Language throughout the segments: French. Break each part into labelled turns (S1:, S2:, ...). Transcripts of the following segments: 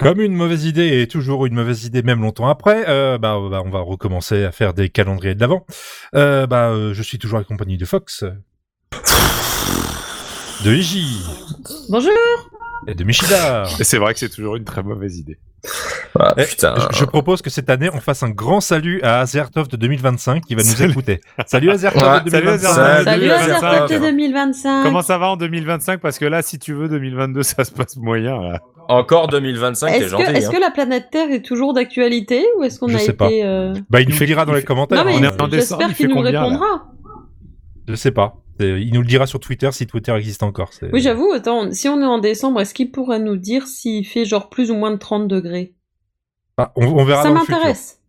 S1: Comme une mauvaise idée et toujours une mauvaise idée même longtemps après, euh, bah, bah, on va recommencer à faire des calendriers de l'avant. Euh, bah, euh, je suis toujours accompagné de Fox, de Iji
S2: Bonjour
S1: et de Michidar.
S3: Et c'est vrai que c'est toujours une très mauvaise idée.
S4: Ah,
S1: Eh,
S4: putain.
S1: Je, je propose que cette année, on fasse un grand salut à Azertov de 2025 qui va nous écouter. Salut Azertov
S4: Ouais,
S1: de
S3: salut
S1: 2025.
S2: Salut Azertop
S3: Azertov. 2025.
S2: de 2025
S3: Comment ça va en 2025 Parce que là, si tu veux, 2022, ça se passe moyen. Là.
S4: Encore 2025, t'es
S2: Est-ce que,
S4: gentil.
S2: est-ce
S4: hein.
S2: que la planète Terre est toujours d'actualité ou est-ce qu'on
S1: Je
S2: a
S1: sais
S2: été...
S1: pas.
S2: euh,
S1: Bah, il
S3: Il
S1: nous
S3: fait-
S1: le dira dans
S3: il
S1: les
S3: fait-
S1: commentaire.
S2: Non
S3: on
S2: mais
S3: est en décembre,
S2: j'espère
S3: il
S2: qu'il
S3: fait
S2: nous
S3: combien, là
S2: répondra.
S1: Je sais pas. C'est- Il nous le dira sur Twitter si Twitter existe encore. c'est-
S2: Oui j'avoue, attends, on- si on est en décembre, est-ce qu'il pourrait nous dire s'il fait genre plus ou moins de 30 degrés
S1: Ah, on, on verra
S2: Ça
S1: dans le futur.
S2: m'intéresse.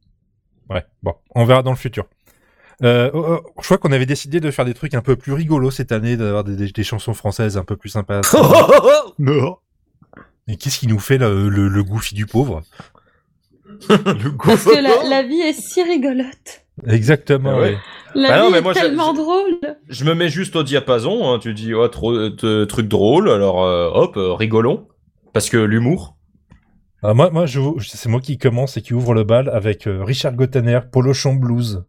S1: Ouais, bon, on verra dans le futur. Euh, oh, oh, je crois qu'on avait décidé de faire des trucs un peu plus rigolos cette année, d'avoir des, des- des chansons françaises un peu plus sympas.
S3: Non.
S1: Et qu'est-ce qui nous fait là, le, le goofy du pauvre
S3: Le goût.
S2: Parce que la, la vie est si rigolote.
S1: Exactement.
S4: Ah ouais.
S1: ouais.
S2: La
S4: Bah non,
S2: vie
S4: mais
S2: est
S4: moi, je-
S2: tellement
S4: je-
S2: drôle.
S4: Je me mets juste au diapason. hein, Tu dis, oh, trop, euh, truc drôle. Alors, euh, hop, euh, rigolons. Parce que l'humour.
S1: Ah, moi, moi je, vous- je- c'est moi qui commence et qui ouvre le bal avec euh, Richard Gottener, Polochon Blues.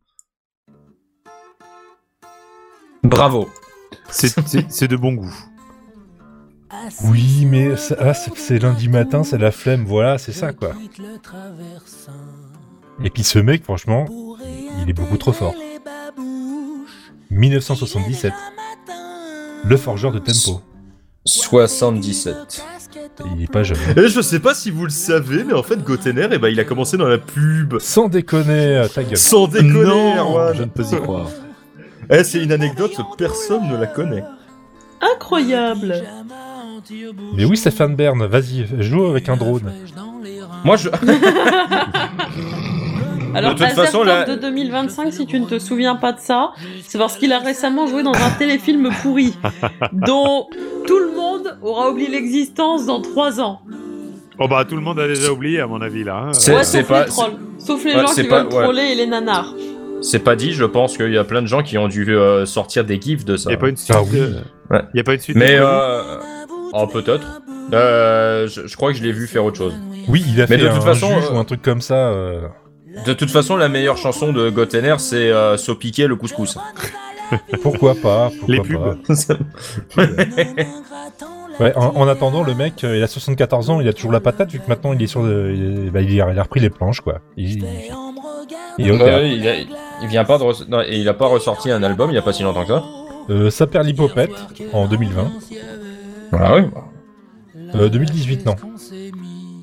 S4: Bravo.
S3: C'est- C'est c'est de bon goût.
S1: Oui, mais Ah, ça- ah, c'est c'est lundi matin, c'est la flemme, voilà, c'est ça quoi. Et puis ce mec, franchement,
S5: Il est beaucoup trop fort.
S1: 1977, le forgeur de tempo.
S4: 77.
S1: Il est pas jeune. hein.
S4: Et Eh, je sais pas si vous le savez, mais en fait, Gotener, eh ben, il a commencé dans la pub.
S1: Sans déconner, euh, ta gueule.
S4: Sans déconner, Erwan.
S3: je ne peux y croire.
S4: Eh, c'est une anecdote, personne ne la connaît.
S2: Incroyable.
S1: Mais oui, Stéphane Bern, vas-y, joue avec un drone.
S4: Moi, je.
S2: Alors
S4: De toute
S2: Azertop
S4: façon, la-
S2: de 2025, si tu ne te souviens pas de ça, c'est parce qu'il a récemment joué dans un téléfilm pourri dont tout le monde aura oublié l'existence dans 3 ans.
S3: Oh bah tout le monde a déjà oublié à mon avis là. hein.
S4: C'est-
S2: Ouais,
S4: c'est
S2: sauf
S4: pas-
S2: les trolls. Sauf les
S4: Ouais,
S2: gens
S4: c'est
S2: qui
S4: pas-
S2: veulent
S4: ouais.
S2: troller et les nanars.
S4: C'est pas dit, je pense qu'il y a plein de gens qui ont dû euh, sortir des gifs de ça.
S3: Il y a pas une suite.
S1: Ah oui.
S3: euh,
S4: Ouais.
S3: Il y a pas une suite.
S4: Mais
S3: de-
S4: euh, oh, peut-être. Euh, je, je crois que je l'ai vu faire autre chose.
S1: Oui, il a fait
S4: Mais de toute
S1: un
S4: façon,
S1: juge
S4: euh,
S1: ou un truc comme ça. euh.
S4: De toute façon, la meilleure chanson de Gotener, c'est euh, So Piqué le couscous.
S1: Pourquoi pas pourquoi
S3: Les pubs.
S1: pas. Ouais, en, en attendant, le mec, euh, il a 74 ans, il a toujours la patate, vu que maintenant il est sur. de- il, est- bah, il a, il a repris les planches, quoi. Il- il- il est au
S4: Ouais,
S1: théâtre.
S4: Bah il, a- il vient pas de res- non, et il a pas ressorti un album il y a pas si longtemps que ça.
S1: Euh, ça perd l'hypopète en 2020.
S4: Ah oui.
S1: Euh, 2018, non.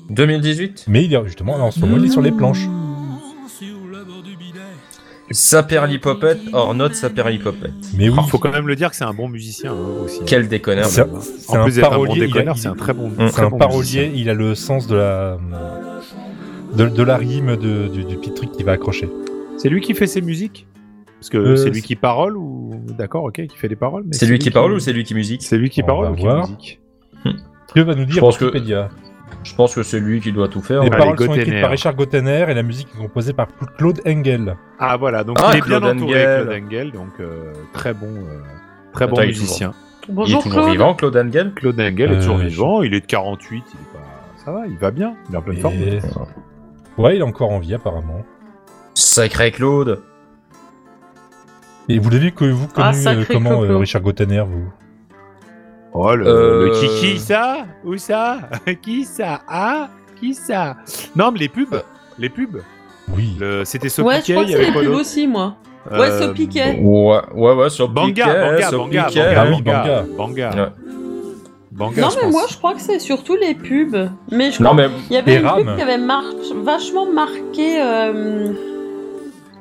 S4: 2018.
S1: Mais il est justement, là, en ce moment, il est sur les planches.
S4: Saperlipopette hors note Saperlipopette.
S1: Mais oui,
S3: Alors, Ah, faut quand même le dire que c'est un bon musicien hein, aussi.
S4: Quel déconneur.
S1: C'est- c'est
S3: En
S1: un
S3: plus d'être un bon
S1: parolier. il a-
S3: déconneur,
S1: il-
S3: c'est un très bon.
S4: un
S1: c'est
S3: très
S1: un
S3: bon
S1: parolier, il a le sens de la. de, de la rime, de- du, du petit truc qui va accrocher.
S3: musicien. C'est lui qui fait ses musiques. Parce que
S1: Euh,
S3: c'est
S1: c'est-
S3: lui qui parole ou d'accord, ok, qui fait les paroles. mais
S4: C'est lui qui parle ou c'est lui qui musique
S3: C'est lui qui
S1: On
S3: parole
S1: va
S3: ou qui
S1: voir.
S3: musique.
S1: Que va nous
S4: Je
S1: dire
S4: pense que-
S1: Wikipédia
S4: Je pense que c'est lui qui doit tout faire.
S1: Les
S3: Allez,
S1: paroles sont
S3: Gottener.
S1: écrites par Richard Gottener et la musique est composée par Claude Engel.
S3: Ah voilà, donc
S4: Ah,
S3: il est bien
S4: Claude
S3: entouré
S4: Engel.
S3: Claude Engel, donc euh, très bon, euh, très
S4: Attends,
S3: bon
S4: il est
S3: musicien.
S4: Il est
S2: Bonjour
S4: toujours
S2: Claude.
S4: vivant, Claude Angel
S3: Claude Engel
S1: Euh,
S3: est toujours
S1: je-
S3: vivant, il est de 48, il est pas... ça va, il va bien, il est en pleine forme.
S1: Et- Ouais, il est encore en vie apparemment.
S4: Sacré Claude
S1: Et vous l'avez que vous connu
S2: Ah,
S1: euh,
S2: sacré
S1: comment
S2: Claude.
S1: euh, Richard Gottener vous
S3: Oh le,
S4: Euh,
S3: le qui, qui ça Où ça Qui ça Ah Qui ça Non mais les pubs, les pubs.
S1: Oui.
S3: Le... C'était
S2: Ouais, je
S3: Sopiquet,
S2: crois que
S3: il y
S2: c'est les
S3: avait quoi
S2: pubs
S3: d'autre
S2: aussi, moi. Ouais,
S3: Euh,
S2: Sopiquet.
S4: Ouais, ouais, ouais, sur
S3: Banga,
S4: Piquet,
S3: Banga,
S4: sur
S3: Banga,
S4: Piquet.
S1: Ah
S3: Banga,
S1: oui,
S3: Banga, Banga,
S4: Ouais.
S3: Banga,
S2: Non,
S3: je
S2: mais
S3: pense.
S2: moi, je crois que c'est surtout les pubs. Mais je
S4: Non,
S2: crois
S4: mais
S2: Il y avait
S1: Et
S2: une
S1: Ram.
S2: pub qui avait mar- vachement marqué. euh,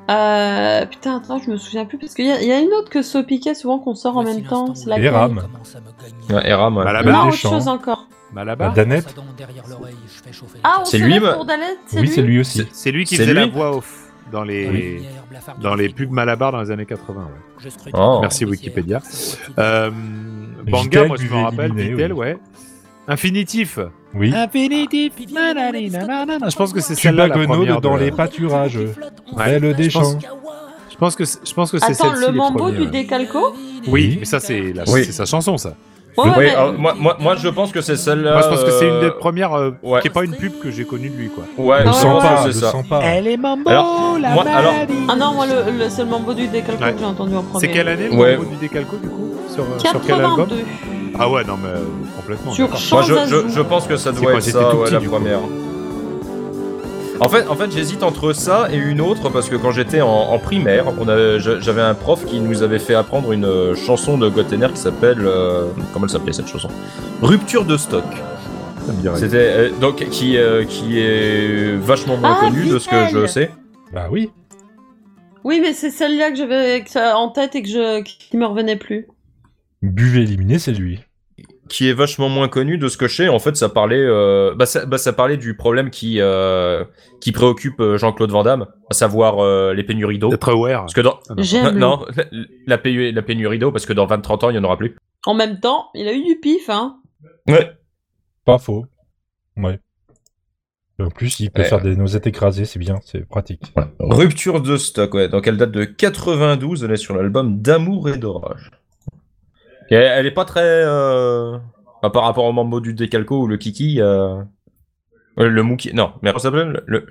S2: euh, Putain, attends, je me souviens plus. Parce qu'il y, a- il y a une autre que Sopiquet souvent qu'on sort en même temps. C'est
S1: Et
S2: laquelle
S1: Ram.
S4: Ouais, Eram, ouais.
S3: Bah, la
S2: Non,
S1: Des
S2: Ah, autre
S1: champs.
S2: chose encore.
S3: Malabar
S1: Euh, Danette
S2: Ah, on
S4: C'est
S2: se
S4: lui,
S2: lève
S4: bah-
S2: pour Dalette, c'est
S1: Oui, c'est lui aussi.
S4: C'est-
S3: C'est lui qui
S4: C'est
S3: faisait
S4: lui
S3: la voix off dans les, dans les pubs Malabar dans les années 80. ouais.
S4: Oh.
S3: Merci Wikipédia. Euh, Banga,
S1: Vitel,
S3: moi je
S1: buvez,
S3: me rappelle,
S1: éliminez,
S3: Vitel,
S1: oui.
S3: ouais. Infinitif.
S1: Oui.
S3: Ah, Infinitif. nanani, nanana. Je pense que c'est
S1: Tu
S3: celle-là la première.
S1: dans
S3: de-
S1: les pâturages.
S3: Ouais.
S1: le déchant.
S3: Je pense que c'est- je pense que c'est
S2: Attends,
S3: celle-ci
S2: le
S3: les
S2: mambo
S3: premiers,
S2: du
S3: ouais.
S2: décalco
S3: Oui, mais ça c'est la-
S4: Oui.
S3: c'est sa chanson ça.
S2: Ouais,
S4: Oui, oh.
S2: ouais,
S4: alors, moi, moi, moi, je pense que c'est celle-là.
S3: Moi, je pense que c'est une des
S4: euh,
S3: premières euh,
S4: ouais.
S3: qui est pas une pub que j'ai connue de lui, quoi.
S4: Ouais,
S1: Le
S4: je
S2: Ah,
S1: sens
S4: pense
S1: pas,
S4: que
S1: le
S4: c'est ça.
S1: sens pas.
S3: Elle est mambo,
S2: Oh
S4: Alors,
S3: la
S4: moi- alors-
S3: maladie.
S2: Ah non, moi, le, le seul membre du décalco
S3: Ouais.
S2: que j'ai entendu en premier.
S3: C'est quelle année le
S4: Ouais.
S3: mambo du décalco, du coup sur, euh, sur quel album
S2: 82.
S3: Ah ouais, non, mais euh, complètement.
S2: Sur
S3: d'accord.
S4: Moi,
S2: Champs
S4: je, je,
S2: Azur.
S4: je pense que ça
S3: C'est
S4: doit
S3: quand
S4: être
S3: j'étais
S4: ça,
S3: tout
S4: ouais,
S3: petit,
S4: la
S3: du coup.
S4: première. En fait, en fait j'hésite entre ça et une autre parce que quand j'étais en, en primaire, on avait- je- j'avais un prof qui nous avait fait apprendre une euh, chanson de Gottener qui s'appelle. euh, comment elle s'appelait cette chanson Rupture de stock.
S3: Ça me dit rien.
S4: C'était euh, donc qui euh, qui est vachement moins
S2: Ah,
S4: connue de ce que
S2: Vitel
S4: je sais.
S1: Bah oui.
S2: Oui, mais c'est celle-là que j'avais que ça- en tête et que je qui me revenait plus.
S1: Buvez éliminé, c'est lui.
S4: qui est vachement moins connu de ce que je sais. En fait, ça parlait, euh, bah, ça, bah, ça parlait du problème qui, euh, qui préoccupe euh, Jean-Claude Van Damme, à savoir euh, les pénuries d'eau.
S3: D'être aware.
S4: Parce que dans...
S3: Ah non.
S2: J'aime. le-
S4: Non, la, la pé- la pénurie d'eau, parce que dans 20-30 ans, il n'y en aura plus.
S2: En même temps, il a eu du pif, hein.
S1: Pas faux. Ouais. Et en plus, il peut
S4: Ouais.
S1: faire des noisettes écrasées, c'est bien, c'est pratique.
S4: Rupture de stock, ouais. Donc elle date de 92, elle est sur l'album D'amour et d'orage. Et elle, elle est pas très... euh, bah, par rapport au mambo du décalco ou le kiki... euh, euh, Le Mookie... Non, mais comment ça s'appelle Le...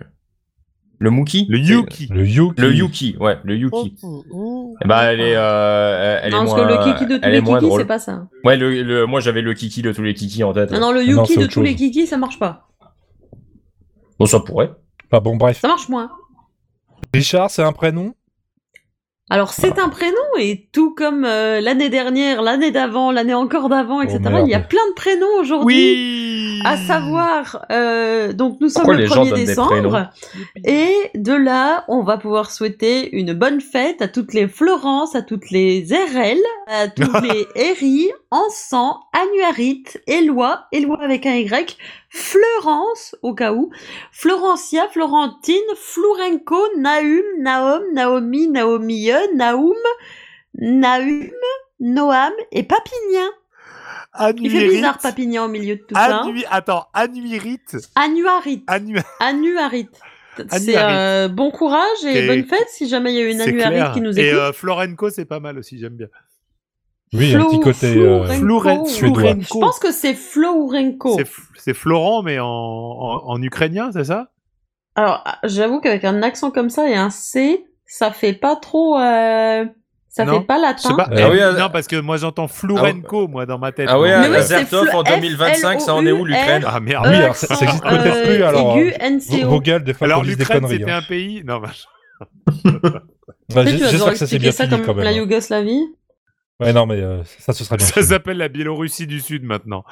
S4: Le Mookie
S3: Le Yuki.
S1: Le Yuki.
S4: Le Yuki, ouais, le Yuki. Eh ben, elle est, euh, elle est
S2: Oh. non, parce
S4: moins,
S2: que le kiki de tous
S4: elle est
S2: les
S4: moins
S2: kikis, c'est
S4: drôle.
S2: pas ça.
S4: Ouais, le, le- moi j'avais le kiki de tous les kikis en tête.
S2: Non, non, le
S1: Non,
S2: yuki
S1: c'est
S2: de
S1: autre
S2: tous les
S1: chose.
S2: kikis, ça marche pas.
S4: Bon, ça pourrait.
S1: Bah bon, bref.
S2: Ça marche moins.
S1: Richard, c'est un prénom
S2: Alors, c'est un prénom, et tout comme euh, l'année dernière, l'année d'avant, l'année encore d'avant, etc.,
S1: merde.
S2: il y a plein de prénoms aujourd'hui.
S3: Oui.
S2: À savoir, euh, donc nous sommes
S4: Hmm. Pourquoi
S2: le
S4: les gens
S2: 1er
S4: donnent des
S2: décembre. Et de là, on va pouvoir souhaiter une bonne fête à toutes les Florence, à toutes les RL, à tous les Herry, Ansan, Annuarite, Éloi, Éloi avec un Y, Florence, au cas où, Florentia, Florentine, Flourenco, Nahum, Naom, Naomi, Naomie, Naoum, Nahum, Noam et Papinien. Il fait bizarre Papinien au milieu de tout ça. hein.
S3: Anu... Attends, Anuirite.
S2: Annuarite.
S3: Anu...
S2: Annuarit. C'est
S3: Annuarit.
S2: euh, bon courage et
S3: Et-
S2: bonne fête si jamais il y a une
S3: c'est clair.
S2: annuarit qui nous
S3: Et
S2: écoute.
S3: euh, Florenco, c'est pas mal aussi, j'aime bien.
S1: Oui, un
S2: Flo-
S1: petit côté.
S2: Flo-
S1: euh,
S2: Renko.
S3: Floren...
S1: Suédois.
S2: Je pense que c'est Flo ou Renko.
S3: C'est F- C'est Florent, mais en, en, en ukrainien, c'est ça
S2: Alors j'avoue qu'avec un accent comme ça et un C, ça fait pas trop. euh, Ça
S3: Non,
S2: fait pas
S3: Je
S2: latin.
S3: sais pas.
S1: Euh,
S3: Eh,
S4: ah oui, ah-
S3: non, parce que moi j'entends Florenco, moi, dans ma tête.
S4: Ah ouais,
S3: Non,
S2: Mais
S4: à
S2: oui, c'est
S4: Zertov en
S2: Fl-
S4: 2025, ça en est où l'Ukraine
S3: Ah merde.
S1: Oui, alors, ça- ça existe
S2: Accent,
S1: peut-être
S2: euh,
S1: plus, alors,
S2: aigu,
S1: vos,
S2: NCO.
S1: vos gueules, des fois,
S3: Alors
S1: produisent des
S3: l'Ukraine,
S1: conneries.
S3: c'était
S1: hein.
S3: un pays. Non, bah, je-
S1: Ouais,
S2: Peut-être
S1: j-
S2: tu vas
S1: J'espère
S2: devoir
S1: que ça s'est
S2: expliquer
S1: bien
S2: ça
S1: fini
S2: comme
S1: quand
S2: la
S1: même.
S2: Yougoslavie.
S1: Ouais, non, mais euh, ça, ce sera bien.
S3: ça s'appelle la Biélorussie du Sud maintenant.